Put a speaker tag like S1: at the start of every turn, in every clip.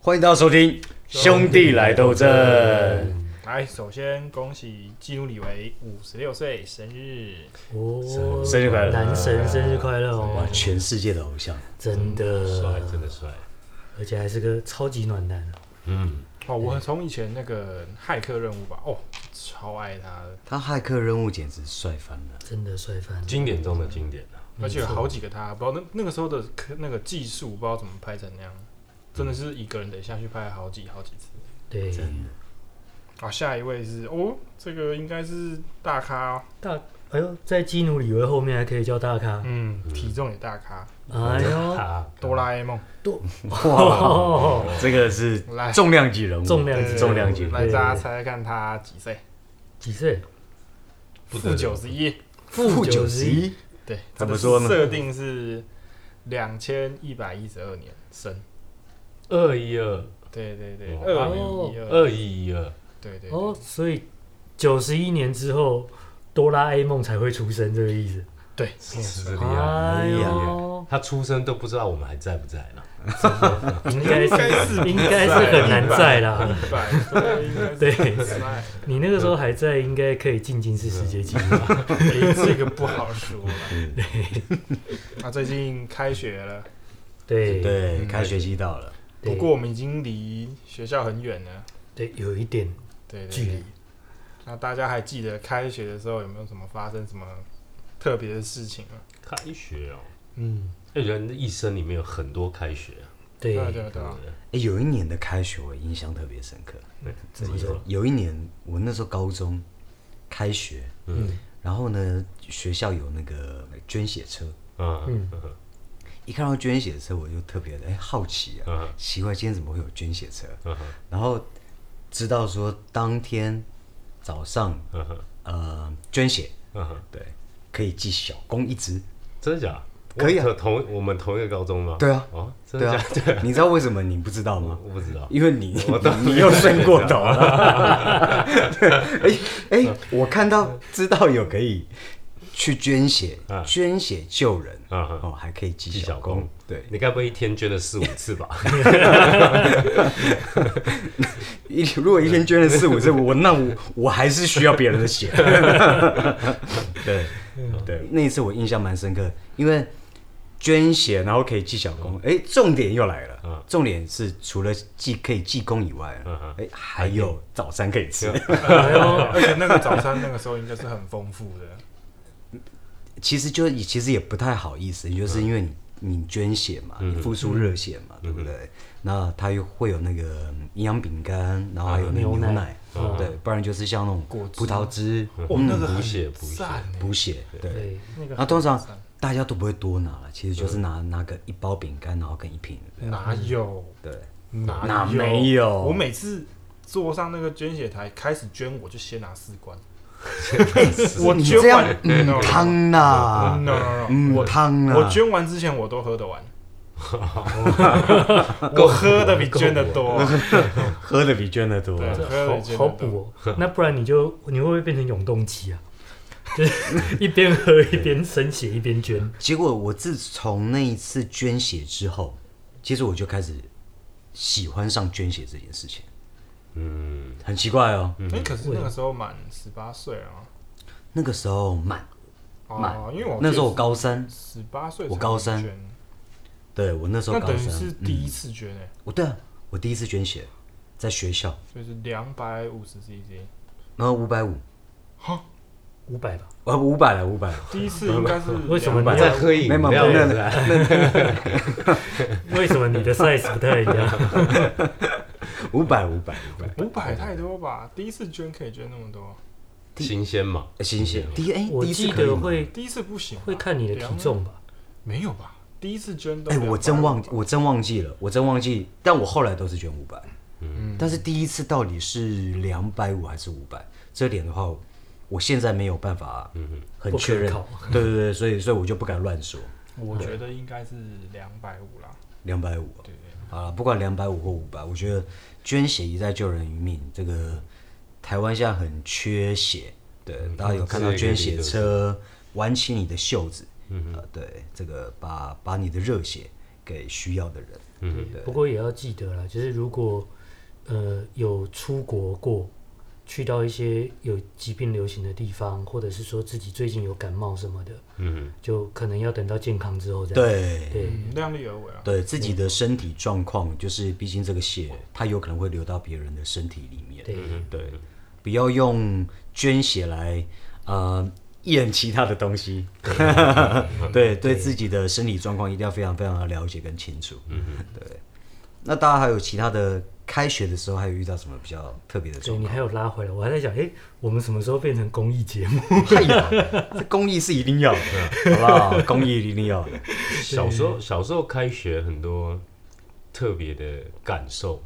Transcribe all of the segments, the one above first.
S1: 欢迎大家收听《兄弟来斗争》。
S2: 来，首先恭喜基努里维五十六岁生日，
S3: 哦，
S1: 生日快乐
S3: 男神生日快乐
S1: 哇
S3: 哦！，
S1: 全世界的偶像，
S3: 真
S4: 嗯帅
S3: 的，，
S4: 真的帅。
S3: 而且还是个超级暖男。啊
S4: 嗯，
S2: 哦，我从以前那个骇客任务吧，哦，超爱他的，
S1: 他骇客任务简直帅翻了。
S3: 真的帅翻了，
S4: 经典中的经典啊。
S2: 而且有
S3: 没错
S2: 好几个他，不知道那那个时候的科那个技术，不知道怎么拍成那样，真的是一个人得下去拍好几好几次。
S3: 对，
S2: 啊，下一位是哦，这个应该是大咖、哦，
S3: 大，哎呦，在基努里维后面还可以叫大咖，
S2: 嗯，体重也大咖，
S3: 哎呦，
S4: 啊，
S2: 哆啦 A 梦
S1: 哇， 这个是
S2: 来，
S1: 重量级人物，
S3: 重
S4: 嗯
S3: 量级
S1: 重量级人
S2: 来
S1: 物，
S3: 对
S2: 大家猜猜看他几岁？
S3: 几岁？
S4: 不
S2: 负九十一，
S3: 负九十一，，
S2: 对，
S1: 怎么
S2: 这个
S1: 说呢
S2: 设定是两千一百一十二年生，
S4: 二一二
S2: 对对对，二
S3: 哦
S2: 一一二，
S4: 二一一二，
S2: 对对
S3: 哦
S2: 对，
S3: 所以九十一年之后，哆啦 A 梦才会出生，这个意思。
S2: 对，
S4: 是这个样
S3: 哎
S4: 子。
S3: 呦，
S4: 他出生都不知道我们还在不在了。
S3: 应该是应该是很难在啦。
S2: 一百，对应该是
S3: 对
S2: 很难
S3: 你那个时候还在，应该可以进金氏世界纪录吧。
S2: 诶这个不好说
S1: 嗯
S2: 了。啊，最近开学了，
S3: 对
S1: 对，开学期到了，
S3: 对
S2: 不过我们已经离学校很远了，
S3: 对，有一点
S2: 对对
S3: 距
S2: 对
S3: 离。
S2: 那大家还记得开学的时候有没有什么发生什么特别的事情吗？
S4: 开学哦，
S2: 嗯，
S4: 哎，人的一生里面有很多开学啊，
S3: 对
S2: 对啊对啊对
S4: 对
S2: 啊
S4: 不，对？
S1: 哎，有一年的开学我印象特别深刻。
S3: 怎么说？
S1: 有一年我那时候高中开学，
S4: 嗯
S1: 然后呢，学校有那个捐血车，
S4: 嗯
S1: 一看到捐血车，我就特别的哎好奇啊，
S4: 嗯
S1: 奇怪今天怎么会有捐血车？
S4: 嗯
S1: 然后知道说当天早上
S4: 嗯
S1: 呃捐血，
S4: 嗯，
S1: 对，可以寄小公一只。
S4: 真的假？
S1: 可以啊
S4: 我同我们同一个高中吗？
S1: 对啊
S4: 哦，真
S1: 对
S4: 的
S1: 啊
S4: 假？，
S1: 你知道为什么你不知道吗？
S4: 我不知道。
S1: 因为你
S4: 我懂
S1: 你又睡过头了。 哎哎、我看到知道有可以去捐血，
S4: 嗯
S1: 捐血救人，
S4: 嗯嗯
S1: 哦，还可以寄
S4: 纪
S1: 小
S4: 晓
S1: 工
S4: 工，，
S1: 对，
S4: 你该不会一天捐了四五次吧？
S1: 一 如果一天捐了四五次，我那我我还是需要别人的血。对对，那一次我印象蛮深刻，因为捐血然后可以寄小工，哎，重点又来了
S4: 嗯，
S1: 重点是除了寄可以寄工以外
S4: 嗯嗯，
S1: 哎，还有早餐可以吃。
S3: 哎
S2: 而且那个早餐那个时候应该是很丰富 的，
S1: 其实就其实也不太好意思，就是因为你你捐血嘛，你付出热血嘛，对不对？那它又会有那个营养饼干，然后还有那个牛
S3: 牛奶
S1: 奶，对，不然就是像那种葡萄汁
S2: 哦，那个
S4: 补
S2: 很
S4: 血补血
S2: 赞欸
S1: 嗯补血，对。
S3: 对，
S2: 那个
S1: 那通常
S2: 很赞
S1: 大家都不会多拿了，其实就是拿拿个一包饼干，然后跟一瓶，
S2: 哪有
S1: 对对，
S2: 哪
S1: 哪没有
S2: 我每次坐上那个捐血台开始捐，我就先拿四罐， 我
S1: 你
S2: 捐
S1: 这样
S2: 完
S1: 嗯
S2: no,
S1: 汤
S2: no,
S1: 啦，
S2: no, no,
S1: 嗯
S2: 我
S1: 汤啦，
S2: 我捐完之前我都喝 得完，我喝的比捐的多，
S1: 喝的比捐的多
S2: 对
S3: 这
S2: 喝的
S3: 好
S2: 比捐的多
S3: 好补哦。那不然你就你会不会变成永动机啊？ 就是一边喝一边生血一边捐，
S1: 结果我自从那一次捐血之后，其实我就开始喜欢上捐血这件事情，
S4: 嗯，
S1: 很奇怪哦。
S2: 哎，可是那个时候满十八岁了吗
S1: 那个时候满，
S2: 哦，因为我
S1: 那时候我高三，
S2: 十八岁才
S1: 我高三
S2: 捐，
S1: 对我那时候
S2: 那
S1: 高
S2: 等于
S1: 三，嗯
S2: 是第一次捐哎，
S1: 我对啊，我第一次捐血在学校，
S2: 所以是两百五十 cc，
S1: 然后五百五，
S3: 五百吧。
S1: 呃，五百了，五百，
S2: 第一次应该是
S3: 为什么
S2: 200
S3: 你
S4: 在喝饮
S1: 没有没
S4: 料
S1: 有没
S4: 是不
S1: 有
S4: 是，
S3: 为什么你的 size 不太一样？
S1: 五百，五百，五百，
S2: 五百太多吧？第一次捐可以捐那么多，
S4: 新鲜嘛，
S1: 新鲜。 第一，哎，
S3: 我
S1: 第一次
S3: 记
S1: 可以
S3: 得
S1: 吗
S3: 会
S2: 第一次不行吧，啊
S3: 会看你的体重吧。
S2: 没有吧？第一次捐都
S1: 哎、我真忘，
S2: 记，
S1: 我真忘记了，我真忘记，但我后来都是捐五百，嗯，但是第一次到底是两百五还是五百？这点的话，我现在没有办法，嗯，很确认
S3: 不可，
S1: 对对对，所以所以我就不敢乱说，
S2: 我觉得应该是两百五啦。
S1: 两百五，
S2: 对对，
S1: 啊，不管两百五或五百，我觉得捐血一再救人于命，这个台湾现在很缺血，对
S4: 嗯，
S1: 大家有看到
S4: 这个
S1: 捐
S4: 可以
S1: 血
S4: 理解
S1: 车挽起你的袖子，
S4: 嗯哼
S1: 呃，对，这个把把你的热血给需要的人，
S4: 嗯哼
S1: 对
S3: 不过也要记得啦，就是如果呃有出国过，去到一些有疾病流行的地方，或者是说自己最近有感冒什么的，
S4: 嗯
S3: 就可能要等到健康之后再。
S1: 对
S3: 对
S2: 嗯，量力而为啊。
S1: 对自己的身体状况，就是毕竟这个血它有可能会流到别人的身体里面，
S3: 对
S4: 哼，对，
S1: 不要用捐血来呃验其他的东西， 对对自己的身体状况一定要非常非常的了解跟清楚，嗯对。那大家还有其他的开学的时候还有遇到什么比较特别的
S3: 所以
S1: 状
S3: 你
S1: 况？
S3: 还有拉回来，我还在想，哎、我们什么时候变成公益节目？
S1: 哎呀，这公益是一定要 的，好不好？公益一定要的。
S4: 小时候小时候开学很多特别的感受，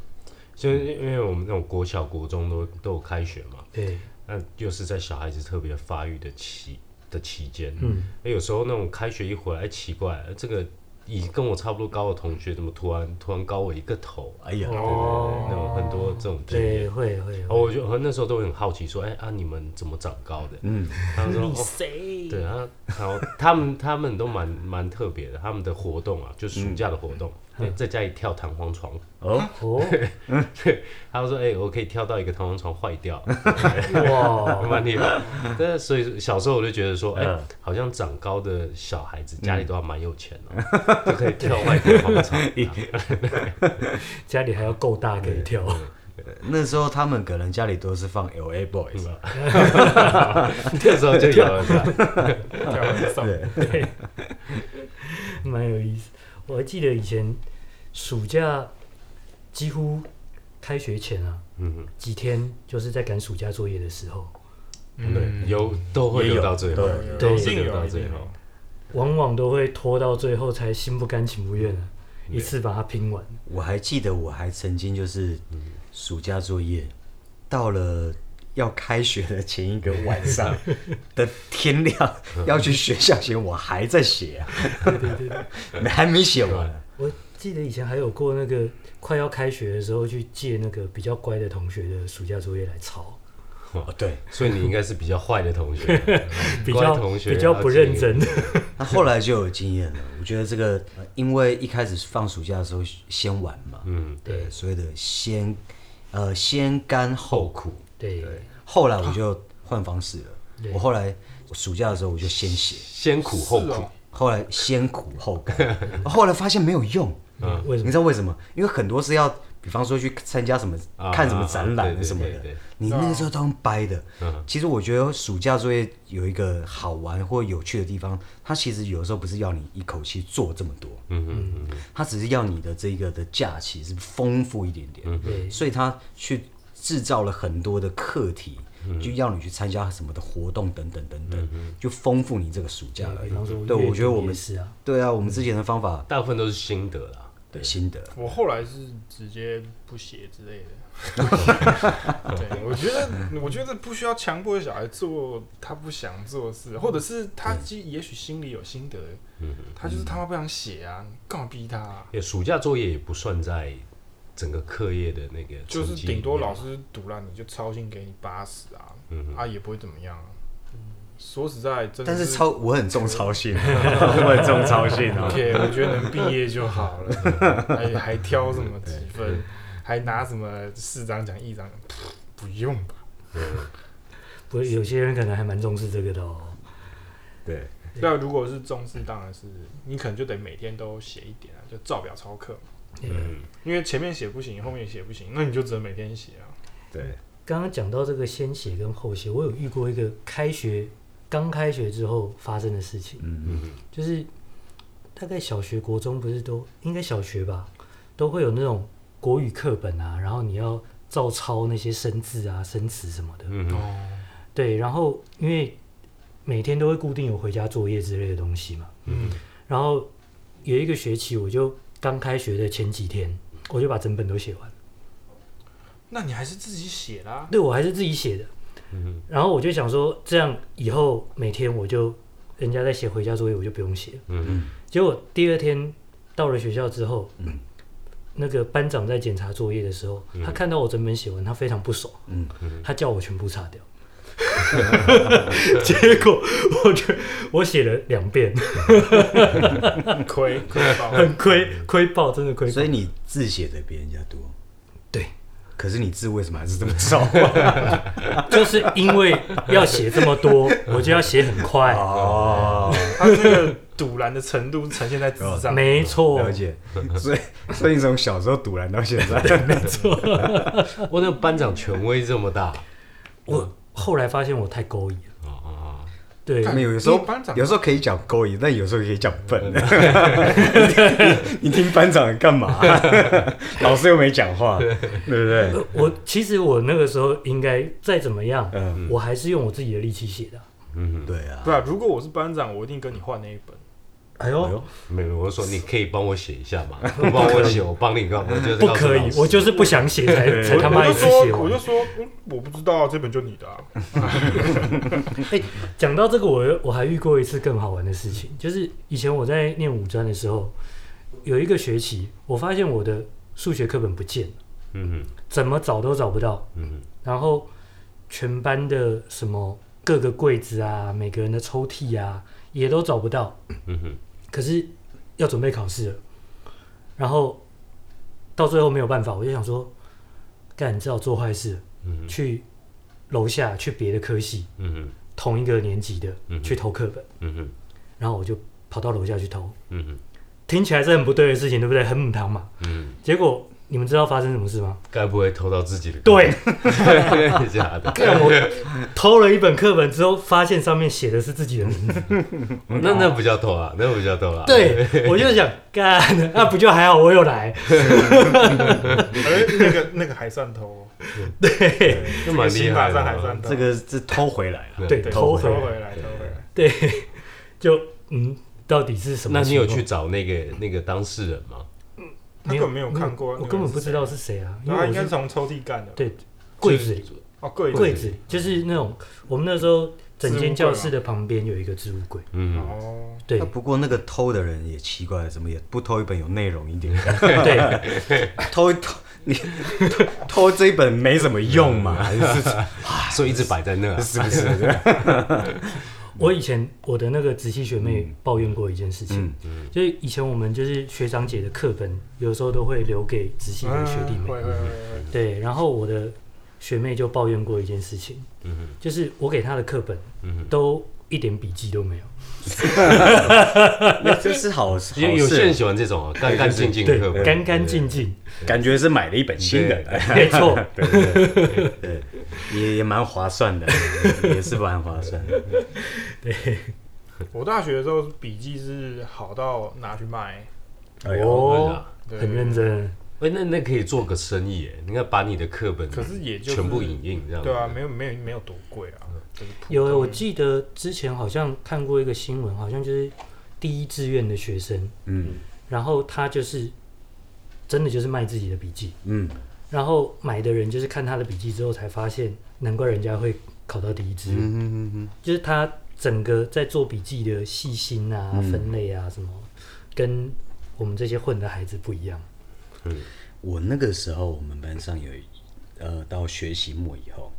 S4: 就是因为我们那种国小国中都都有开学嘛，
S3: 对，
S4: 那又是在小孩子特别发育的期的期间，
S3: 嗯，
S4: 哎，有时候那种开学一回来，哎奇怪，哎这个以跟我差不多高的同学，怎么突然突然高我一个头？
S1: 哎呀，
S4: 对对对，那种很多这种经
S3: 哦对，
S4: 验。
S3: 会会哦
S4: 然后我就我那时候都很好奇，说，哎啊，你们怎么长高的？
S1: 嗯，
S4: 他们说，哦
S3: 谁？
S4: 对啊，然后他们他们都蛮蛮特别的，他们的活动啊，就暑假的活动，对在家里跳弹簧床。
S1: 哦，
S3: 哦，
S4: 他说：“哎、我可以跳到一个弹簧床坏掉，
S3: 哇，
S4: 蛮厉害。”但所以小时候我就觉得说，哎、
S1: 嗯
S4: 好像长高的小孩子家里都还蛮有钱哦、都可以跳坏弹簧床。啊
S3: 家里还要够大可以跳，
S1: 那时候他们可能家里都是放 L A Boys，
S4: 那时候就有了这样，
S2: 跳很 上，
S3: 蛮有意思。我还记得以前暑假几乎开学前啊，
S4: 嗯，
S3: 几天就是在赶暑假作业的时候，
S4: 对，有都会
S1: 也有
S4: 留到最后，
S1: 对
S2: 有
S3: 对
S2: 嗯一定
S4: 这个
S2: 有，
S4: 到
S2: 一定
S4: 最后
S2: 有。
S3: 往往都会拖到最后才心不甘情不愿的，一次把它拼完。
S1: 我还记得我还曾经就是暑假作业到了。要开学的前一个晚 上的天亮，要去学校前，我还在写啊，
S3: 对对对，
S1: 还没写完。
S3: 我记得以前还有过那个快要开学的时候去借那个比较乖的同学的暑假作业来抄，
S1: 哦，对，
S4: 所以你应该是比较坏的同学，
S3: 比
S4: 乖
S3: 较
S4: 同学
S3: 比较不认真的。
S1: 那后来就有经验了。我觉得这个，呃因为一开始放暑假的时候先玩嘛，
S4: 嗯，
S1: 对，所谓的先，呃，先甘后
S4: 后
S1: 苦。
S4: 苦，
S3: 对啊
S1: 后来我就换方式了
S3: 对，
S1: 我后来我暑假的时候我就先写，
S4: 先苦后
S2: 是
S4: 苦
S2: 哦，
S1: 后来先苦后 甘，后来发现没有用，
S4: 嗯
S3: 为什
S1: 你
S3: 么？
S1: 知道为什么？因为很多是要，比方说去参加什么、
S4: 啊
S1: 看什么展
S4: 啊啊
S1: 览
S4: 对
S1: 什么
S4: 对对
S1: 的
S4: 对，
S1: 你那个时候都用掰的
S4: 嗯。
S1: 其实我觉得暑假作业有一个好玩或有趣的地方，它其实有的时候不是要你一口气做这么多，
S4: 嗯嗯嗯，
S1: 它只是要你的这个的假期是丰富一点点，
S3: 对
S4: 嗯
S1: 所以它去制造了很多的课题，就要你去参加什么的活动等等等等，就丰富你这个暑假而
S3: 比
S1: 已
S3: 方说，。
S1: 嗯对，我觉得我们
S3: 是啊，
S1: 对啊，我们之前的方法
S4: 大部分都是心得啦。
S1: 对心得，
S2: 我后来是直接不写之 类的。对，我觉得，我觉得不需要强迫小孩做他不想做的事，或者是他其实也许心里有心得，
S3: 嗯
S2: 他就是他妈不想写啊，你干嘛逼他、啊？
S4: 也暑假作业也不算在整个课业的那个
S2: 就
S4: 成绩
S2: 是
S4: 里面，
S2: 顶多老师堵烂你就抄信给你八十啊，
S4: 嗯
S2: 啊也不会怎么样啊。说实在，真的
S1: 但是超我很重操心，啊 我很重操心 啊。
S2: OK，我觉得能毕业就好了，还还挑什么几分，还拿什么市长奖、议长奖，不用吧？
S3: 不过有些人可能还蛮重视这个的哦。
S1: 对，
S2: 那如果是重视，当然是你可能就得每天都写一点啊，就照表抄课嘛。
S4: 嗯，
S2: 因为前面写不行，后面也写不行，那你就只能每天写啊。
S1: 对，
S3: 刚刚讲到这个先写跟后写，我有遇过一个开学刚开学之后发生的事情，
S1: 嗯，
S3: 就是大概小学、国中不是都应该小学吧，都会有那种国语课本啊，然后你要照抄那些生字啊、生词什么的。
S4: 嗯
S2: 哦，
S3: 对，然后因为每天都会固定有回家作业之类的东西嘛，
S2: 嗯，
S3: 然后有一个学期，我就刚开学的前几天，我就把整本都写完。
S2: 那你还是自己写啦。
S3: 对我还是自己写的。
S4: 嗯
S3: 然后我就想说，这样以后每天我就人家在写回家作业，我就不用写了。
S4: 嗯
S3: 结果第二天到了学校之后，那个班长
S1: 嗯
S4: 嗯
S3: 在检查作业的时候，他看到我整本写完，他非常不爽，他叫我全部擦掉。 结果我就我写了两遍，
S2: 很亏亏
S4: 哦
S2: 爆。
S3: 很亏亏爆，真的亏爆
S1: 所以。你字写的比人家多，
S3: 对，
S1: 可是你字为什么还是这么 少？
S3: 就是因为要写这么多，我就要写很快。
S1: 哦，
S2: 他这个堵拦的程度呈现在纸上，
S3: 没错，
S1: 了解。所以，所以你从小时候堵拦到现在，
S4: 我那个班长权威这么大，
S3: 我后来发现我太勾引了。
S4: 哦哦
S3: 对，
S1: 没有有时候
S2: 你班长
S1: 有时候可以讲勾引，但有时候也可以讲笨。 你听班长的干 嘛？老师又没讲话，对不对？
S3: 呃我其实我那个时候应该再怎么样，
S1: 嗯
S3: 我还是用我自己的力气写的。
S4: 嗯，
S1: 对啊
S2: 不。啊？如果我是班长，我一定跟你换那一本。
S3: 哎
S1: 哎
S3: 呦
S1: 呦，
S4: 没有，我说你可以帮我写一下 嘛，不帮我写，我帮你干嘛？我就是
S3: 不
S4: 告诉
S3: 可以
S4: 老，师
S3: 我就是不想写才
S1: 对
S3: 才
S2: 我
S3: 哎他
S2: 我
S3: 妈一
S2: 就
S3: 次写
S2: 说，我就
S3: 完。
S2: 说，嗯，我不知道啊，这本就你 的啊。
S3: 讲到这个，我我还遇过一次更好玩的事情，就是以前我在念五专的时候，有一个学期，我发现我的数学课本不见了，
S4: 嗯
S3: 怎么找都找不到。
S4: 嗯嗯
S3: 然后全班的什么各个柜子啊，每个人的抽屉啊，也都找不到。
S4: 嗯哼，
S3: 可是要准备考试了，然后到最后没有办法，我就想说，干，你知道做坏事了，
S4: 嗯
S3: 去楼下去别的科系，
S4: 嗯哼，
S3: 同一个年级的
S4: 嗯哼
S3: 去偷课本，
S4: 嗯哼，
S3: 然后我就跑到楼下去偷，
S4: 嗯哼，
S3: 听起来是很不对的事情，对不对？很母汤嘛。
S4: 嗯，
S3: 结果你们知道发生什么事吗？
S4: 该不会偷到自己的？
S3: 对，
S4: 真的 假 的？
S3: 干我 偷了一本课本之后，发现上面写的是自己的名字。
S4: 那那不叫偷啊，那不叫偷啊。，
S3: 对，我就想干， 那不就还好，我有来。
S2: 哎，那个那个还算偷，哦
S3: 对
S4: 那蛮厉
S2: 刑
S4: 害
S2: 法上
S4: 的
S2: 还
S4: 啊。
S2: 算偷。
S1: 这个这偷回来了，
S3: 对，
S2: 对
S3: 偷
S2: 偷
S3: 回来，
S2: 回来，偷回来。
S3: 对， 就嗯，到底是什么
S4: 那你
S3: 情
S4: 有
S3: 况？
S4: 去找那个那个当事人吗？
S2: 他根本没有看过，啊
S3: 我根本不知道。是谁啊，因
S2: 然
S3: 为
S2: 后
S3: 我
S2: 应该是
S3: 是
S2: 从抽屉干的。
S3: 对柜子里，
S2: 哦，柜
S3: 柜子就是那种我们那时候整间教室
S2: 置
S3: 的旁边有一个置物柜，
S4: 嗯，
S2: 哦，
S3: 对
S1: 那不过那个偷的人也奇怪，怎么也不偷一本有内容一点？
S2: 啊
S3: 对，
S1: 偷偷你偷这一本没什么用嘛？嗯还是
S4: 所以一直摆在那啊。
S1: 是不是？
S3: 我以前我的那个直系学妹抱怨过一件事情
S1: 嗯，
S3: 就是以前我们就是学长姐的课本，有时候都会留给直系的学弟妹，
S2: 哎会会会，
S3: 对，然后我的学妹就抱怨过一件事情，
S4: 嗯哼
S3: 就是我给她的课本
S4: 嗯哼，
S3: 都一点笔记都没有，
S1: 那这是好好事
S4: 因为有些人喜欢这 种啊，干干净净的课
S3: 对，
S4: 本，
S3: 干干净净，
S1: 感觉是买了一本新的，哎
S3: 没错，
S1: 对对对对对，也也蛮划算的，也是蛮划算的。
S2: 我大学的时候笔记是好到拿去卖，
S1: 哎呦
S3: 哦，
S2: 对
S3: 很认真。
S4: 哎，那那可以做个生意耶，你看把你的课本，
S2: 可是也就是
S4: 全部影印这样。
S2: 对啊，没有没有没有多贵啊，
S3: 嗯
S2: 就是普
S1: 哎
S2: 通
S3: 有，我记得之前好像看过一个新闻，好像就是第一志愿的学生，
S1: 嗯
S3: 然后他就是真的就是卖自己的笔记，
S1: 嗯，
S3: 然后买的人就是看他的笔记之后才发现，难怪人家会考到第一志愿，
S1: 嗯
S3: 就是他整个在做笔记的细心啊、
S1: 嗯
S3: 分类啊什么，跟我们这些混的孩子不一样。
S1: 我那个时候我们班上有一呃到学期末以后，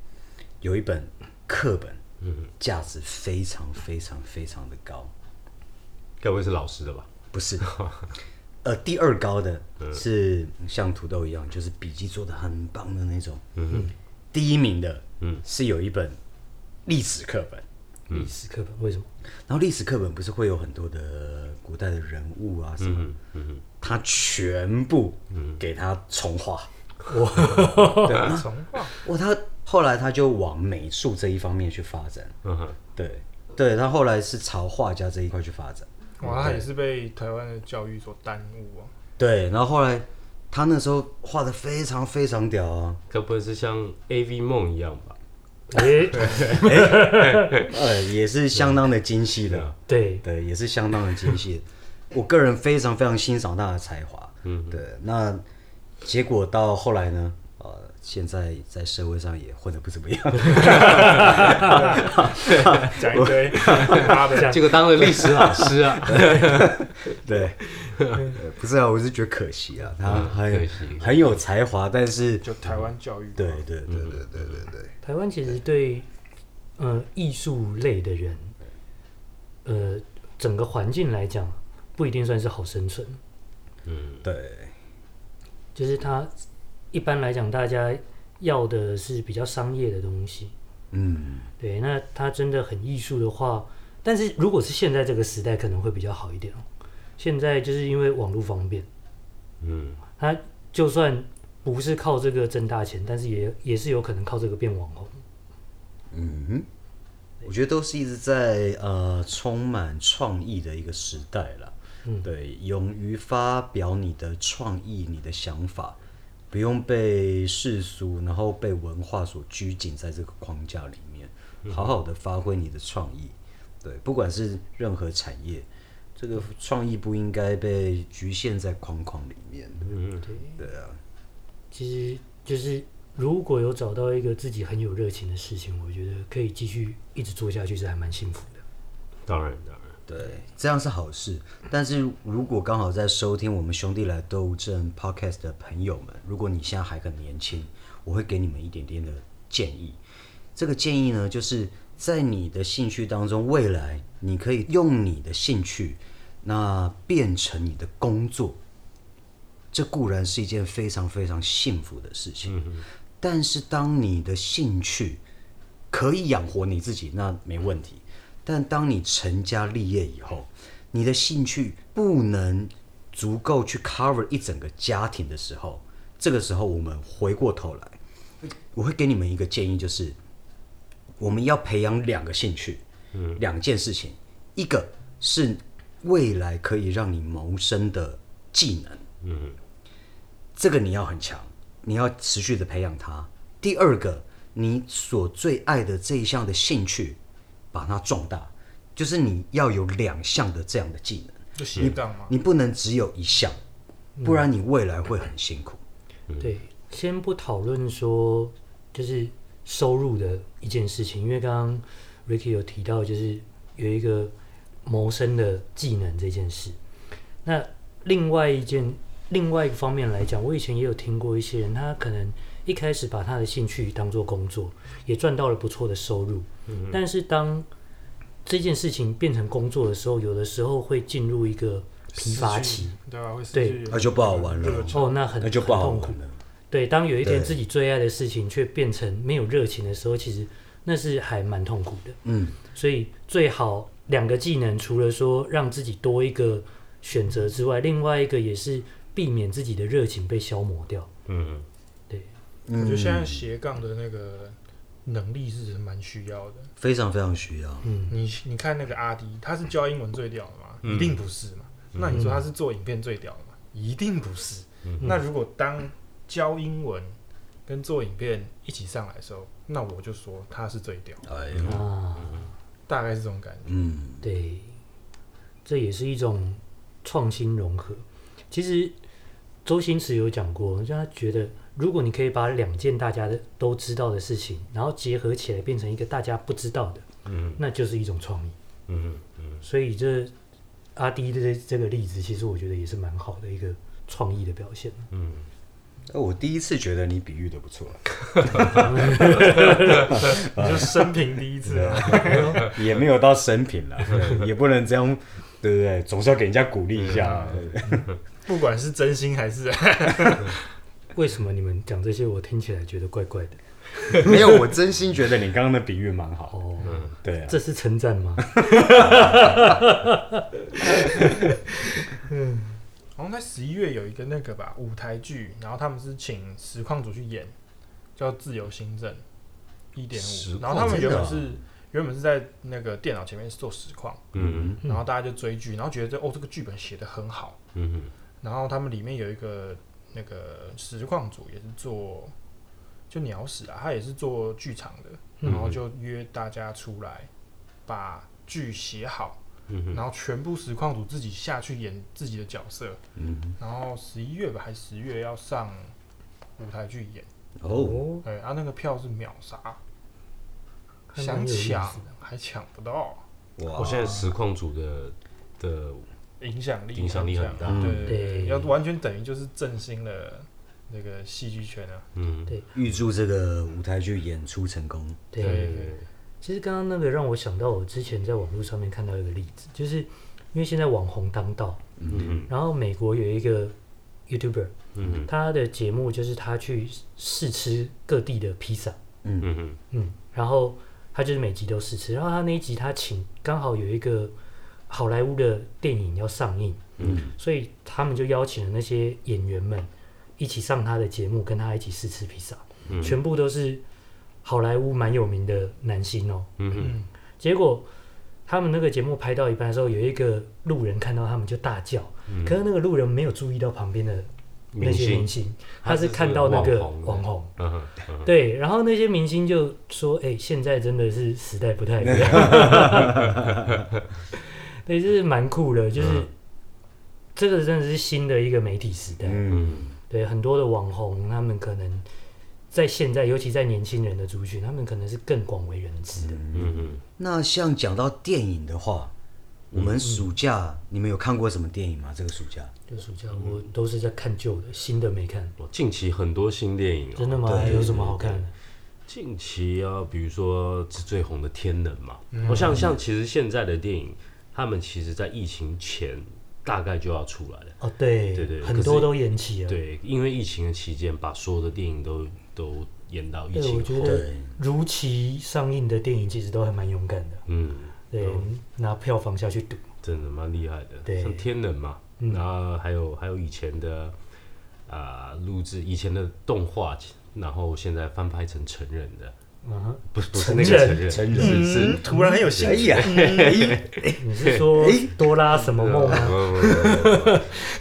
S1: 有一本课本，价值非常非常非常的高，
S4: 该不会是老师的吧？
S1: 不是，呃，第二高的是像土豆一样，就是笔记做的很棒的那种。嗯，第一名的，嗯，是有一本历史课本，
S3: 历史课本为什么？
S1: 然后历史课本不是会有很多的古代的人物啊什么，他全部给他重画。
S2: 对重画，
S1: 哇，他后来他就往美术这一方面去发展，
S4: 嗯哼，
S1: 对，对他后来是朝画家这一块去发展。
S2: 哇，他也是被台湾的教育所耽误啊。
S1: 对，然后后来他那时候画的非常非常屌啊，
S4: 该不会是像 A V 梦一样吧？
S3: 诶、
S1: 呃，也是相当的精细的，
S4: 啊
S3: 对，
S1: 对，也是相当的精细的。我个人非常非常欣赏他的才华，嗯，对。那结果到后来呢，呃，现在在社会上也混得不怎么 样，
S2: 讲一堆妈的，
S4: 结果当了历史老师啊，
S1: 对，呃不是啊，我是觉得可惜啊，他很、
S4: 嗯可惜
S1: 很有才华，但是，
S2: 哦嗯就台湾教育，
S1: 对对对对对对对，
S3: 台湾其实对呃艺术类的人，呃，整个环境来讲不一定算是好生存。
S4: 嗯，
S1: 对，
S3: 就是他一般来讲，大家要的是比较商业的东西。
S1: 嗯，
S3: 对，那他真的很艺术的话，但是如果是现在这个时代，可能会比较好一点哦。现在就是因为网络方便，
S4: 嗯，
S3: 他就算不是靠这个挣大钱，但是也也是有可能靠这个变网红。
S1: 我觉得都是一直在呃充满创意的一个时代了。
S3: 嗯
S1: 对，勇于发表你的创意、你的想法，不用被世俗，然后被文化所拘谨在这个框架里面，好好的发挥你的创意。对，不管是任何产业，这个创意不应该被局限在框框里面。对啊，
S3: 其实就是如果有找到一个自己很有热情的事情，我觉得可以继续一直做下去是还蛮幸福的。
S4: 当然当然，
S1: 对，这样是好事。但是如果刚好在收听我们兄弟来斗争 podcast 的朋友们，如果你现在还很年轻，我会给你们一点点的建议。这个建议呢，就是在你的兴趣当中，未来你可以用你的兴趣，那变成你的工作。这固然是一件非常非常幸福的事情，但是当你的兴趣可以养活你自己，那没问题。但当你成家立业以后，你的兴趣不能足够去 cover 一整个家庭的时候，这个时候我们回过头来，我会给你们一个建议，就是我们要培养两个兴趣，两件事情，一个是未来可以让你谋生的技能，
S4: 嗯，
S1: 这个你要很强，你要持续的培养它。第二个，你所最爱的这一项的兴趣，把它壮大，就是你要有两项的这样的技能，
S2: 就斜杠嘛。
S1: 你不能只有一项，
S3: 嗯
S1: 不然你未来会很辛苦。
S3: 对，先不讨论说就是收入的一件事情，因为刚刚 Ricky 有提到，就是有一个谋生的技能这件事。那另外一件，另外一个方面来讲，我以前也有听过一些人，他可能一开始把他的兴趣当做工作，也赚到了不错的收入，
S1: 嗯
S3: 但是当这件事情变成工作的时候，有的时候会进入一个疲乏
S2: 失去
S3: 期。，
S2: 对啊，会失
S3: 对
S2: 去
S1: 那就不好玩了
S2: 热情
S3: 哦，那很
S1: 那就不好
S3: 很痛苦
S1: 玩了。
S3: 对，当有一天
S1: 对
S3: 自己最爱的事情却变成没有热情的时候，其实那是还蛮痛苦的。
S1: 嗯，
S3: 所以最好两个技能，除了说让自己多一个选择之外，另外一个也是避免自己的热情被消磨掉。
S4: 嗯，
S2: 我觉得现在
S1: 嗯
S2: 斜杠的那个能力是蛮需要的。
S1: 非常非常需要。
S3: 嗯，
S2: 你你看那个阿迪，他是教英文最屌的嘛？
S4: 嗯
S2: 一定不是嘛？那你说他是做影片最屌的嘛？一定不是。
S4: 嗯
S2: 那如果当教英文跟做影片一起上来的时候，那我就说他是最屌，
S1: 哎呦，
S3: 啊，
S2: 大概是这种感觉。
S1: 嗯，
S3: 对，这也是一种创新融合。其实周星驰有讲过，就他觉得，如果你可以把两件大家的都知道的事情，然后结合起来变成一个大家不知道的，
S4: 嗯，
S3: 那就是一种创意。
S4: 嗯嗯
S3: 所以这阿迪的这这个例子，其实我觉得也是蛮好的一个创意的表现。
S4: 嗯，
S1: 哎我第一次觉得你比喻的不错，
S2: 你就生平第 一次啊，
S1: 也没有到生平了，对也不能这样，对不对？总是要给人家鼓励一下。嗯对
S2: 不管是真心还是
S3: 为什么你们讲这些，我听起来觉得怪怪的？
S1: 没有，我真心觉得你刚刚的比喻蛮好。
S3: 哦，
S1: 对啊，
S3: 这是称赞吗？
S2: 好像在十一月有一个那个吧舞台剧，然后他们是请实况组去演，叫《自由新政》一点五，
S4: 实况
S2: 然后他们
S1: 真的
S2: 原本
S1: 啊
S2: 是、原本是在那个电脑前面做实况，
S4: 嗯
S2: 然后大家就追剧，然后觉得哦这个剧本写的很好，
S4: 嗯
S2: 然后他们里面有一个那个实况组也是做就鸟屎啊，他也是做剧场的，
S4: 嗯
S2: 然后就约大家出来把剧写好，
S4: 嗯
S2: 然后全部实况组自己下去演自己的角色。
S1: 嗯，
S2: 然后十一月吧，还十月要上舞台剧演，
S1: 哦，
S2: 对啊，那个票是秒杀，
S3: 还蛮
S2: 想
S3: 有意思
S2: 抢
S3: 的
S2: 还抢不到，
S4: 我
S1: 哇，
S4: 现在实况组的的，
S2: 影响力
S4: 影响力很大
S2: 很强对
S1: 嗯
S2: 对对，
S3: 对
S2: 要完全等于就是振兴了那个戏剧圈啊，
S4: 嗯，
S1: 预祝这个舞台剧演出成功。
S3: 对，
S2: 对
S3: 其实刚刚那个让我想到，我之前在网络上面看到一个例子，就是因为现在网红当道，
S4: 嗯
S3: 然后美国有一个 YouTuber，
S4: 嗯
S3: 他的节目就是他去试吃各地的披萨，
S4: 嗯嗯
S3: 嗯，然后他就是每集都试吃，然后他那一集他请刚好有一个好莱坞的电影要上映，
S4: 嗯
S3: 所以他们就邀请了那些演员们一起上他的节目，跟他一起试吃披萨，
S4: 嗯
S3: 全部都是好莱坞蛮有名的男星哦。
S4: 嗯
S3: 结果他们那个节目拍到一半的时候，有一个路人看到他们就大叫，
S4: 嗯
S3: 可是那个路人没有注意到旁边的那些明
S4: 明
S3: 星，
S4: 他
S3: 他
S4: 是
S3: 是看到那个
S4: 网红
S3: 网红。
S4: 嗯
S3: 对，然后那些明星就说：“哎、现在真的是时代不太一样。” 对，这是蛮酷的，就是、
S4: 嗯
S3: 这个真的是新的一个媒体时代。
S1: 嗯，
S4: 嗯
S3: 对，很多的网红，他们可能在现在，尤其在年轻人的族群，他们可能是更广为人知的。
S4: 嗯
S1: 那像讲到电影的话，我们暑假你们有看过什么电影吗？这个暑假
S3: 就暑假我都是在看旧的，新的没看。
S4: 嗯，近期很多新电影
S3: 真
S4: 哦。
S3: 的吗？有什么好看的？
S4: 近期啊，比如说是最红的《天能》嘛，
S3: 嗯
S4: 我像像其实现在的电影，他们其实在疫情前大概就要出来了。
S3: 哦，对，
S4: 对对
S3: 很
S4: 可是
S3: 多都延期了。
S4: 对，因为疫情的期间，把所有的电影都都延到疫
S3: 对，我
S4: 情
S3: 觉
S4: 后。
S3: 得如期上映的电影其实都还蛮勇敢的，
S4: 嗯，
S3: 对，拿票房下去赌。
S4: 真的蛮厉害的，
S3: 对嗯
S4: 像天能嘛，然后还有还有以前的啊录制以前的动画，然后现在翻拍成成人的，
S3: 嗯哼，
S4: 不是不是那
S3: 成
S4: 个
S3: 人嗯
S4: 成人，
S1: 成
S4: 是是。
S2: 突然很有
S1: 哎
S2: 兴趣，
S1: 呀，哎
S3: 你是说多拉什么梦吗？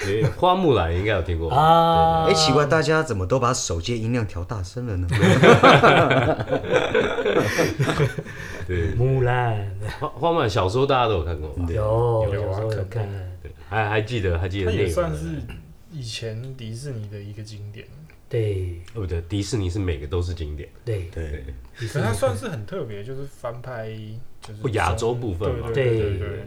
S4: 对花木兰应该有听过吧
S3: 啊
S1: 哎，，奇怪，大家怎么都把手机音量调大声了呢？
S4: 对，
S3: 木兰
S4: 花花木兰小时候大家都有看过吧？
S3: 有
S2: 有
S3: 有
S2: 啊
S3: 时候
S2: 肯
S3: 有
S2: 定
S3: 看，
S4: 对，还还记得还记
S2: 它
S4: 得内
S2: 也
S4: 容
S2: 算
S4: 的。
S2: 是以前迪士尼的一个经典，
S3: 对
S4: 哦不对，迪士尼是每个都是经典，
S3: 对，
S1: 对，
S2: 可
S3: 迪士
S2: 是
S3: 尼
S2: 它算是很特别，就是翻拍就是
S4: 亚洲部分嘛。
S2: 对
S3: 对
S2: 对
S4: 对
S2: 对，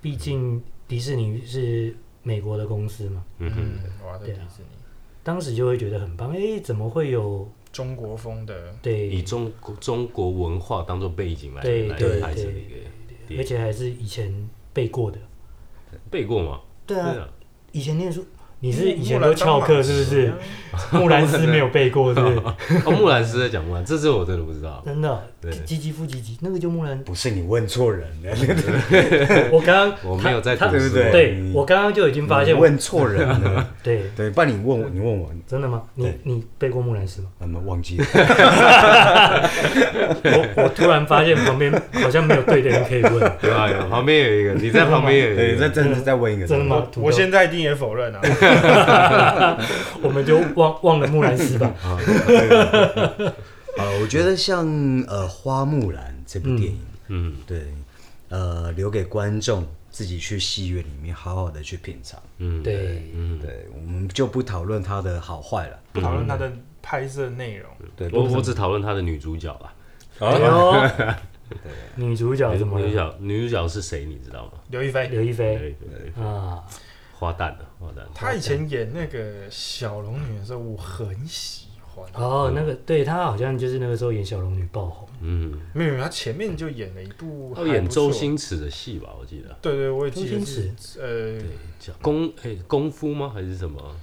S3: 毕竟迪士尼是美国的公司嘛，
S4: 嗯哼
S2: 嗯，哇，
S3: 啊
S2: 对迪士尼
S3: 当时就会觉得很棒，哎，怎么会有
S2: 中国风的，
S4: 以
S3: 对，
S4: 中国中国文化当做背景来
S3: 对
S4: 来
S3: 对
S4: 拍摄的
S3: 对
S4: 一个电影，
S3: 而且还是以前背过的，
S4: 背过吗？
S3: 对啊，
S4: 啊，
S3: 以前念书。你
S2: 你
S3: 是以前都翘课是不是？ 木兰诗没有背过是不是？
S4: 哦，木兰诗在讲木兰，这是我真的不知 道。
S3: 真的
S4: 对，
S3: 吉吉夫吉吉，那个就木兰。
S1: 不是你问错人 了，
S3: 我刚刚
S4: 我没有在读
S1: 对
S4: 书，
S1: 不对
S3: 对
S1: 嗯
S3: 我刚刚就已经发现
S1: 你
S3: 我，
S1: 问错人 了。
S3: 对，
S1: 对，不然你问我，你问我，
S3: 真的吗？你
S1: 对
S3: 你背过木兰诗吗？
S1: 我们忘记了。
S3: 我我突然发现旁边好像没有对的人可以 问，
S4: 对吧？有旁边有一个，你在旁边有
S1: 对，
S4: 一
S1: 再
S4: 个，
S1: 真的再问一个，
S3: 真的吗？土豆
S2: 我现在一定也否认啊，
S3: 我们就忘忘了木兰诗 吧。
S4: 嗯
S1: 呃，我觉得像呃《花木兰》这部电影，
S4: 嗯
S1: 对，呃，留给观众自己去戏院里面好好的去品尝。
S4: 嗯，
S3: 对，
S4: 嗯，
S1: 对，我们就不讨论它的好坏了。
S2: 不讨论它的拍摄内容，
S1: 对，
S4: 我我只讨论她的女主角啦，
S3: 哎呦， 女主角
S4: 女
S3: 怎么
S4: 女主
S3: 了？
S4: 角女主角是谁你知道吗？
S2: 刘亦菲，
S3: 刘亦菲
S4: 对对对，
S3: 啊，
S4: 花旦的花旦，
S2: 她以前演那个小龙女的时候，我很喜欢，
S3: 哦，那个对她好像就是那个时候演小龙女爆红，
S4: 嗯，
S2: 没有，没有她前面就演了一部还不
S4: 她
S2: 错，
S4: 哦演周星驰的戏吧，我记得。
S2: 对对，我也记得
S3: 周星
S2: 是呃，
S4: 叫功诶功夫吗？还是什么？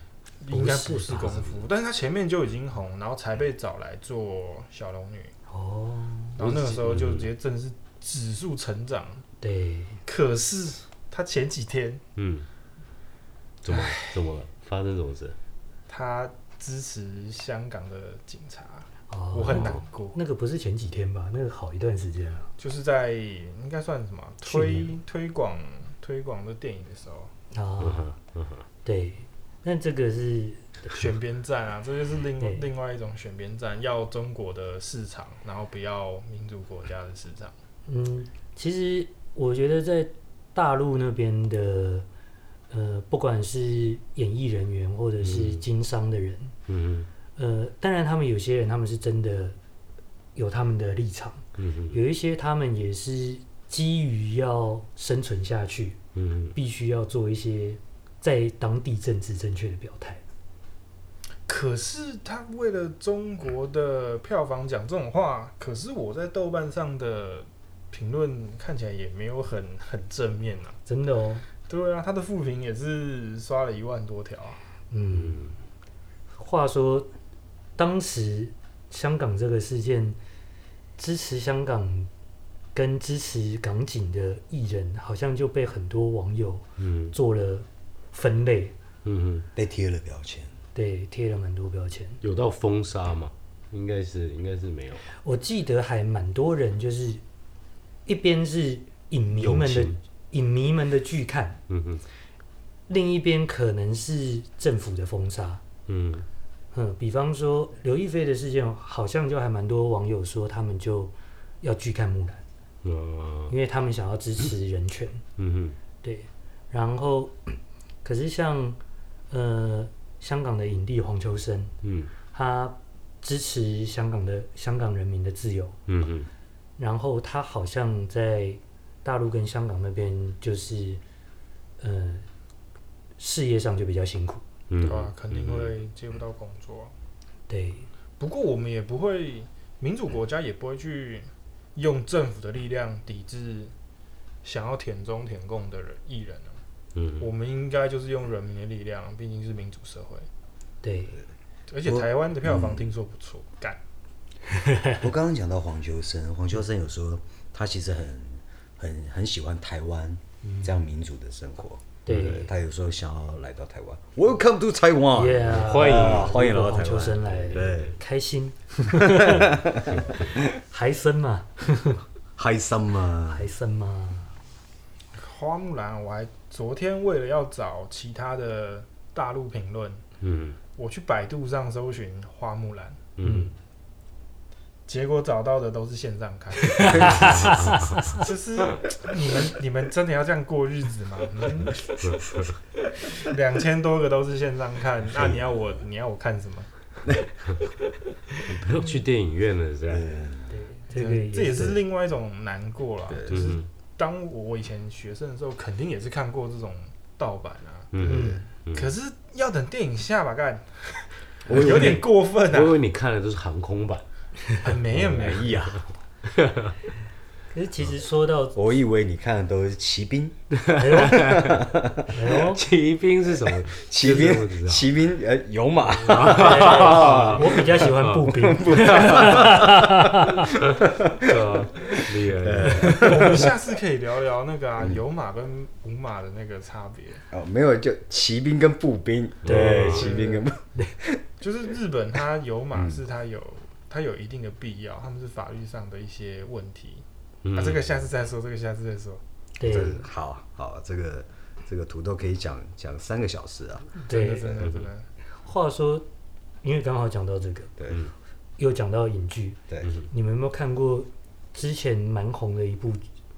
S2: 应该不是功夫，但是她前面就已经红，然后才被找来做小龙女，
S3: 哦，
S2: 然后那个时候就直接真的是指数成长。
S3: 对，
S2: 可是她前几天
S4: 嗯，怎么怎么了？发生什么事？
S2: 她支持香港的警察，
S3: 哦，
S2: 我很难过。
S3: 那个不是前几天吧？那个好一段时间啊了。
S2: 就是在应该算什么
S3: 去
S2: 推推广推广的电影的时候，
S3: 啊，对，那这个是
S2: 选边站啊，这就是
S3: 对
S2: 另另外一种选边站，要中国的市场，然后不要民主国家的市场。
S3: 嗯，其实我觉得在大陆那边的，呃，不管是演艺人员或者是经商的人，
S4: 嗯
S3: 呃，当然他们有些人他们是真的有他们的立场，
S4: 嗯
S3: 有一些他们也是基于要生存下去，
S4: 嗯
S3: 必须要做一些在当地政治正确的表态。
S2: 可是他为了中国的票房讲这种话，可是我在豆瓣上的评论看起来也没有很很正面啊。
S3: 真的哦，
S2: 对啊，他的负评也是刷了一万多条啊。
S3: 嗯。
S4: 嗯，
S3: 话说，当时香港这个事件，支持香港跟支持港警的艺人，好像就被很多网友
S4: 嗯
S3: 做了分类，
S4: 嗯，
S1: 被贴了标 签。
S3: 对，贴了蛮多标签。
S4: 有到封杀吗？应该是，应该是没有。
S3: 我记得还蛮多人，就是一边是影迷
S4: 友
S3: 们的
S4: 情，
S3: 影迷们的拒看，
S4: 嗯哼，
S3: 另一边可能是政府的封杀。
S4: 嗯
S3: 嗯，比方说刘亦菲的事件，好像就还蛮多网友说他们就要拒看木兰，
S4: 呃，
S3: 因为他们想要支持人权。
S4: 嗯哼，
S3: 对，然后 可是像呃香港的影帝黄秋生，
S4: 嗯
S3: 他支持香港的香港人民的自由，
S4: 嗯哼，
S3: 然后他好像在大陆跟香港那边就是呃事业上就比较辛苦，
S4: 嗯
S2: 对
S4: 哼，
S2: 吧？肯定
S4: 嗯哼。
S2: 会接不到工作啊、
S3: 对，
S2: 不过我们也不会，民主国家也不会去用政府的力量抵制想要舔中舔共的人艺人啊。
S4: 嗯
S2: 我们应该就是用人民的力量，毕竟是民主社会。
S3: 对，
S2: 而且
S1: 我
S2: 台湾的票房听说不错，干、
S1: 我刚刚讲到黄秋生，黄秋生有说他其实很很很喜欢台湾这样民主的生活，
S3: 对
S1: 他有时候想要来到台湾，Welcome to Taiwan，
S3: 耶、
S4: 欢迎
S1: 啊哦欢迎来
S3: 如
S1: 到
S3: 果
S1: 台
S3: 黄秋生
S1: 湾，
S3: 来，
S1: 对，
S3: 开心， 还生嘛，
S1: 嗨森嘛，
S3: 还生嘛，
S2: 花木兰，我还昨天为了要找其他的大陆评论，
S4: 嗯
S2: 我去百度上搜寻花木兰，
S4: 嗯
S2: 结果找到的都是线上看，就是你们你们真的要这样过日子吗？嗯两千多个都是线上看，那你要我你要我看什么？
S4: 不要 去电影院了，这样。
S3: 对，这个
S2: 这也是
S3: 是
S2: 另外一种难过啦。
S1: 对
S2: 就是
S4: 嗯
S2: 当我以前学生的时候，肯定也是看过这种盗版啊，
S4: 嗯
S3: 嗯，
S4: 嗯
S2: 可是要等电影下吧，干，
S4: 我以为
S2: 有点过分
S4: 嗯
S2: 啊！
S4: 我以
S2: 哎
S4: 为你看的都是航 空版，
S2: 没有没有，
S1: 意啊，
S3: 可是其实 说到，
S1: 我以为你看的都是骑兵，
S3: 哎呦，哎 呦，
S4: 骑兵是什么？
S1: 骑
S4: 这个我知
S1: 兵，
S4: 道
S1: 骑兵，呃，有马，
S3: 嗯我比较喜欢步兵，
S4: 对啊厉害厉害。
S2: 我们下次可以聊聊那个啊，有马跟无马的那个差别。
S1: 哦，没有，就骑兵跟步兵，
S4: 对
S1: 对，骑兵跟步，
S2: 就是日本，它有马是它有它有一定的必要，他们是法律上的一些问题。
S4: 嗯
S2: 啊，这个下次再说，这个下次再说。
S3: 对
S1: 这好好，这个这个土豆可以讲讲三个小时啊，
S2: 真的
S3: 对。
S2: 真的真的，
S3: 话说，因为刚好讲到这个，
S1: 对
S3: 又讲到影剧，
S1: 对，
S3: 你们有没有看过之前蛮红的一部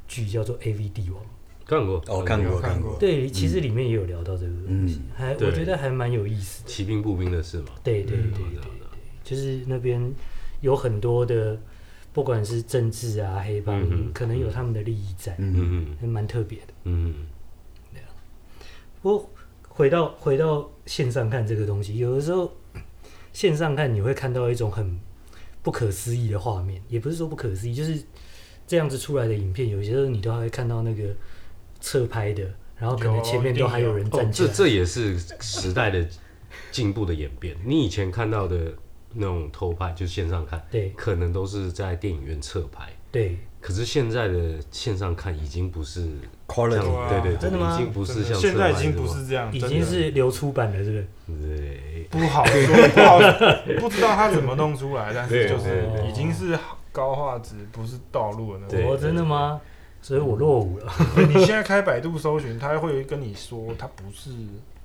S3: 剧叫做《A V 帝王》？
S4: 看过，
S1: 哦，看过
S2: 有看
S1: 看
S2: 过
S1: 过，
S3: 对，其实里面也有聊到这个东西，还我
S4: 对嗯
S3: 觉得还蛮有意思的。
S4: 骑兵步兵的事嘛。
S3: 对对对
S4: 我
S3: 对
S4: 知道
S3: 对
S4: 我知道，
S3: 就是那边有很多的，不管是政治啊、黑帮
S4: 嗯，哼
S3: 可能有他们的利益在，
S1: 嗯，
S4: 嗯
S3: 还蛮特别的。
S4: 嗯
S3: 不过回到回到线上看这个东西，有的时候线上看你会看到一种很不可思议的画面，也不是说不可思议，就是这样子出来的影片，有些时候你都还会看到那个侧拍的，然后可能
S2: 有
S3: 前面
S2: 一
S3: 都
S2: 定
S3: 还有人
S4: 哦
S3: 站，起
S4: 这
S3: 来，
S4: 这也是时代的进步的演变。你以前看到的那种偷拍，就是线上看，
S3: 对
S4: 可能都是在电影院侧拍。
S3: 对
S4: 可是现在的线上看已经不是像
S1: Quality
S4: 对对，
S3: 真的吗
S4: 已经不是像
S2: 现在已
S4: 侧拍
S2: 经
S4: 啊的
S2: 不
S4: 嘛
S2: 是这样，
S3: 已
S2: 真
S3: 经
S2: 的
S3: 是流出版了，是不是？
S4: 对，
S2: 不好说，不好 说，不知道他怎么弄出来，但是
S4: 对
S2: 就是
S4: 对
S3: 对
S2: 已经是高画质，不是道路的那
S4: 对
S2: 种。
S3: 哦，真的吗？所以我落伍了。
S2: 你现在开百度搜寻，他会跟你说他不是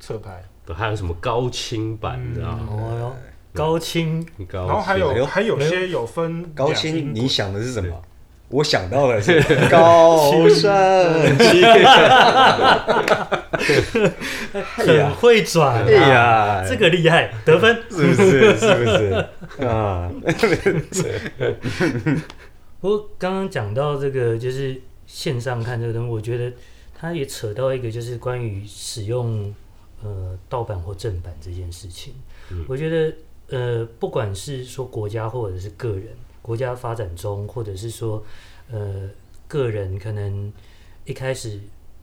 S2: 侧拍，
S4: 对还有什么高清版，你知道吗？
S3: 哦哟，高清
S4: 高
S2: 嗯然后还
S1: 哎
S2: 有
S1: 呦
S2: 还有些有分
S1: 高
S2: 两音
S1: 清，
S2: 轨
S1: 你想的是什么？我想到了是高山青。哎
S3: 很
S1: 呀，
S3: 会转啊
S1: 哎，呀，
S3: 这个厉害，得分。
S1: 是不是？是不是？啊，
S3: 不过刚刚讲到这个，就是线上看这个东西，我觉得它也扯到一个，就是关于使用呃盗版或正版这件事情。我觉得呃，不管是说国家或者是个人，国家发展中，或者是说呃个人可能一开始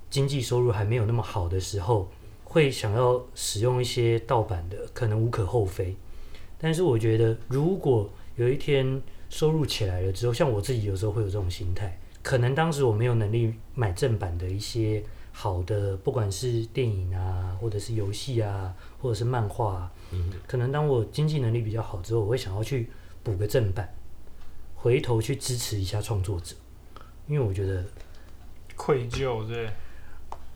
S3: 经济收入还没有那么好的时候，会想要使用一些盗版的，可能无可厚非。但是我觉得，如果有一天收入起来了之后，像我自己有时候会有这种心态，可能当时我没有能力买正版的一些好的，不管是电影啊，或者是游戏啊，或者是漫画、啊，可能当我经济能力比较好之后，我会想要去补个正版，回头去支持一下创作者，因为我觉得，
S2: 愧疚对，
S4: 哎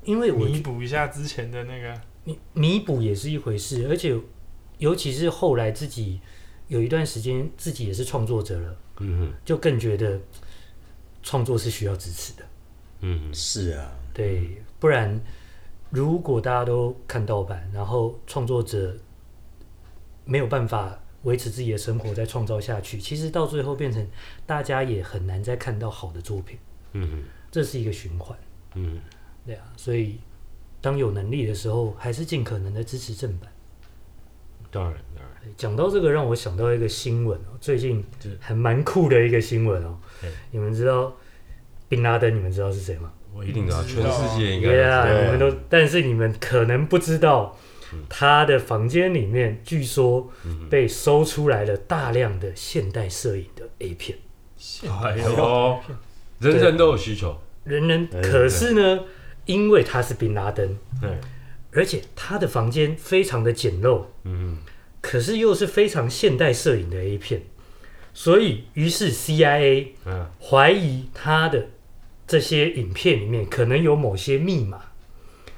S3: 因为我
S2: 弥补一下之前的那个，
S3: 弥弥补也是一回事，而且尤其是后来自己有一段时间自己也是创作者了，
S4: 嗯哼
S3: 就更觉得创作是需要支持的。
S4: 嗯哼，
S1: 是啊，
S3: 对，不然如果大家都看盗版，然后创作者没有办法维持自己的生活再创造下去，其实到最后变成大家也很难再看到好的作品，
S4: 嗯哼，
S3: 这是一个循环。
S4: 嗯
S3: 对啊，所以当有能力的时候，还是尽可能的支持正版。
S4: 哼，当然当然，
S3: 对讲到这个，让我想到一个新闻哦，最近
S4: 是
S3: 还蛮酷的一个新闻哦
S4: 对。
S3: 你们知道宾拉登？你们知道是谁吗？
S4: 我一定要，
S2: 知
S4: 全
S2: 道啊
S4: 世界应该
S3: 对啊，
S4: 都知道
S3: 你们都，但是你们可能不知道，
S4: 嗯
S3: 他的房间里面据说被搜出来了大量的现代摄影的 A 片，
S4: 哎呦，人人都有需求，
S3: 人人
S1: 哎
S3: 可是呢，因为他是宾拉登，
S4: 对，
S3: 而且他的房间非常的简陋，
S4: 嗯哼，
S3: 可是又是非常现代摄影的 A 片，所以于是 CIA
S4: 嗯
S3: 怀疑他的这些影片里面可能有某些密码，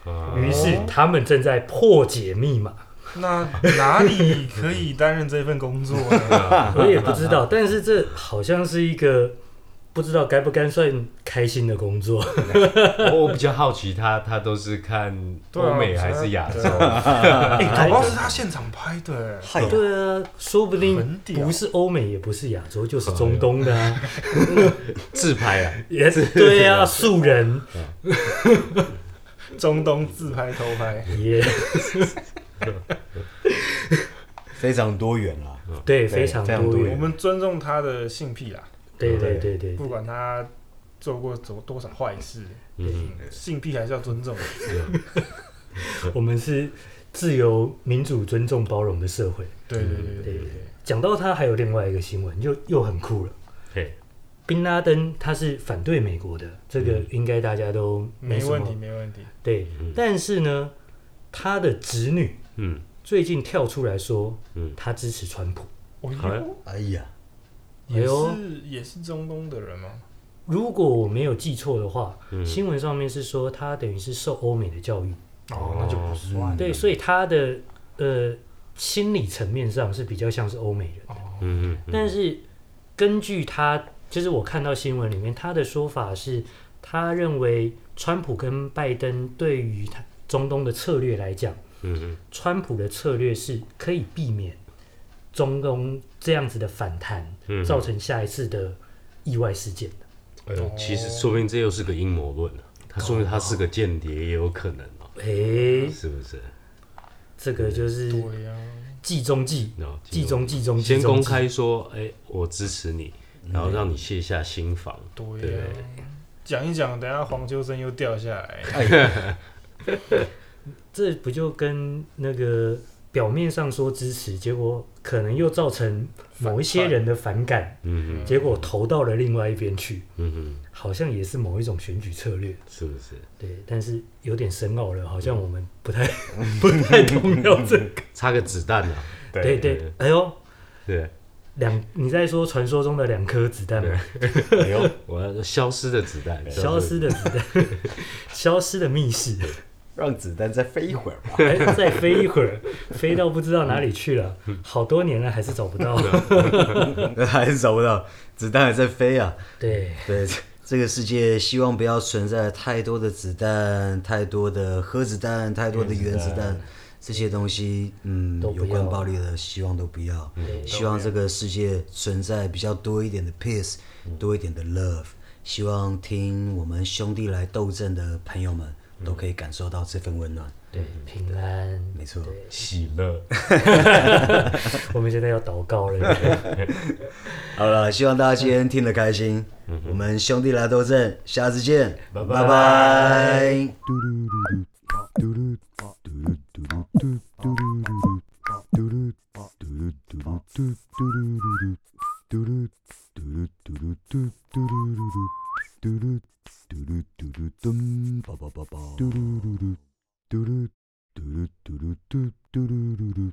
S4: 啊，
S3: 于是他们正在破解密码。
S2: 那哪里可以担任这份工作呢？
S3: 我也不知道，但是这好像是一个不知道该不该算开心的工作。
S4: 我我比较好奇他他都是看
S2: 对啊
S4: 欧美还是 亚洲？啊
S2: 哎，搞不好是他现场拍的，哎
S1: 嗨，
S3: 对啊，说不定
S2: 很屌
S3: 不是欧美，也不是亚洲，就是中东的啊，
S4: 自拍啊，
S2: 哎
S3: 也是对啊，素人
S2: 中东自拍偷拍，
S3: 也
S1: 非常多元啊啦。
S2: 哎
S3: 对，非常
S1: 非常
S3: 多
S1: 多
S2: 我
S3: 元
S1: 元，
S2: 们尊重他的性癖啦，
S3: 对对对对，
S2: 不管他做过多多少坏事，
S4: 嗯
S2: 性癖还是要尊重的。
S3: 我们是自由、民主、尊重、包容的社会。
S2: 对对对对对
S3: 讲到他，还有另外一个新闻，又又很酷了。
S4: 嘿，
S3: 宾拉登他是反对美国的，这个应该大家都
S2: 嗯没
S3: 什
S2: 问
S3: 么
S2: 题，没问题。
S3: 对，但是呢，他的侄女
S4: 嗯
S3: 最近跳出来说，
S4: 嗯
S3: 他支持川普。
S2: 哦
S4: 好嘞
S2: 哟，
S1: 哎呀，
S3: 哎
S2: 也
S3: 呦
S2: 是也是中东的人吗？
S3: 如果我没有记错的话，
S4: 嗯
S3: 新闻上面是说他等于是受欧美的教育，
S2: 哦，那就不
S4: 嗯
S2: 算。
S3: 对，所以他的呃心理层面上是比较像是欧美人。
S2: 哦，
S4: 嗯嗯
S3: 但是根据他，就是我看到新闻里面他的说法是，他认为川普跟拜登对于他中东的策略来讲，
S4: 嗯
S3: 川普的策略是可以避免中东这样子的反弹，
S4: 嗯
S3: 造成下一次的意外事件的。
S4: 嗯，其实说不定这又是个阴谋论啊，他说明他是个间谍也有可能哦，
S3: 诶、
S4: 是不是？
S3: 这个就是
S2: 对呀，
S3: 计中计，
S4: 哦
S3: 计中计中，嗯
S4: 先
S3: 计中
S4: 公
S3: 计。
S4: 开说，哎，我支持你，然后让你卸下心防，
S2: 对呀。讲一讲，等一下黄秋生又掉下来。
S3: 这不就跟那个表面上说支持，结果可能又造成某一些人的反感，
S4: 嗯
S3: 结果投到了另外一边去，
S4: 嗯嗯，
S3: 好像也是某一种选举策略。
S4: 是不是？
S3: 对，嗯但是有点深奥了，好像我们不太 不太懂要这个。
S4: 插个子弹啊，
S1: 嗯
S3: 对对，哎呦，
S4: 对，
S3: 两你在说传说中的两颗子弹吗？
S1: 哎呦，
S4: 我要消失的子弹，
S3: 消失的子弹， 消失的密室，
S1: 让子弹再飞一会儿吧。
S3: 哎，再飞一会儿，飞到不知道哪里去了，好多年了还是找不到。
S1: 还是找不到，子弹还在飞啊。
S3: 对，
S1: 对，这这个世界希望不要存在太多的子弹，太多的核子弹，太多的原子弹，这些东西，嗯
S3: 都，不
S1: 有
S3: 要
S1: 关暴力的希望都不要。希望这个世界存在比较多一点的 peace，多一点的 love。希望听我们兄弟来斗争的朋友们都可以感受到这份温暖。
S3: 对，平安，
S5: 没错，
S3: 对，
S4: 喜乐，
S3: 我们现在要祷告了。
S5: 好了，希望大家今天听得开心。我们兄弟来斗阵，下次见，
S4: 嗯拜拜
S5: 拜拜
S1: Do do do do do do do do do do do do do do do do